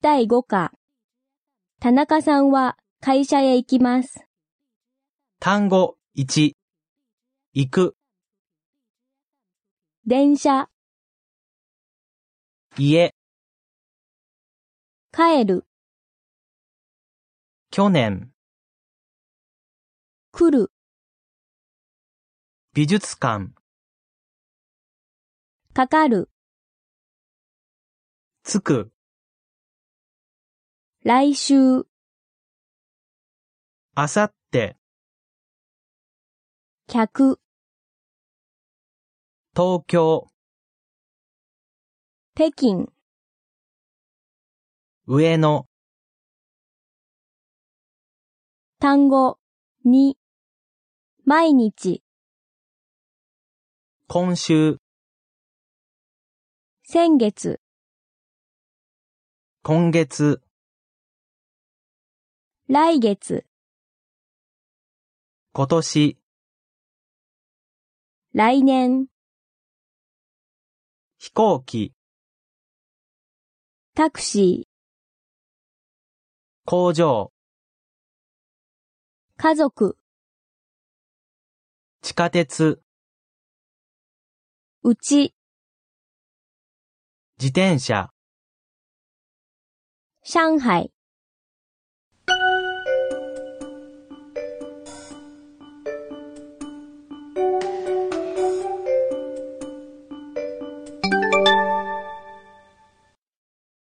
第5課。田中さんは会社へ行きます。単語1、行く、電車、家、帰る、去年、来る、美術館、かかる、つく、来週、あさって、客、東京、北京、上野、単語、2、毎日、今週、先月、今月、来月、今年、来年、飛行機、タクシ工場、ー、家族、地下鉄、うち、自転車、上海、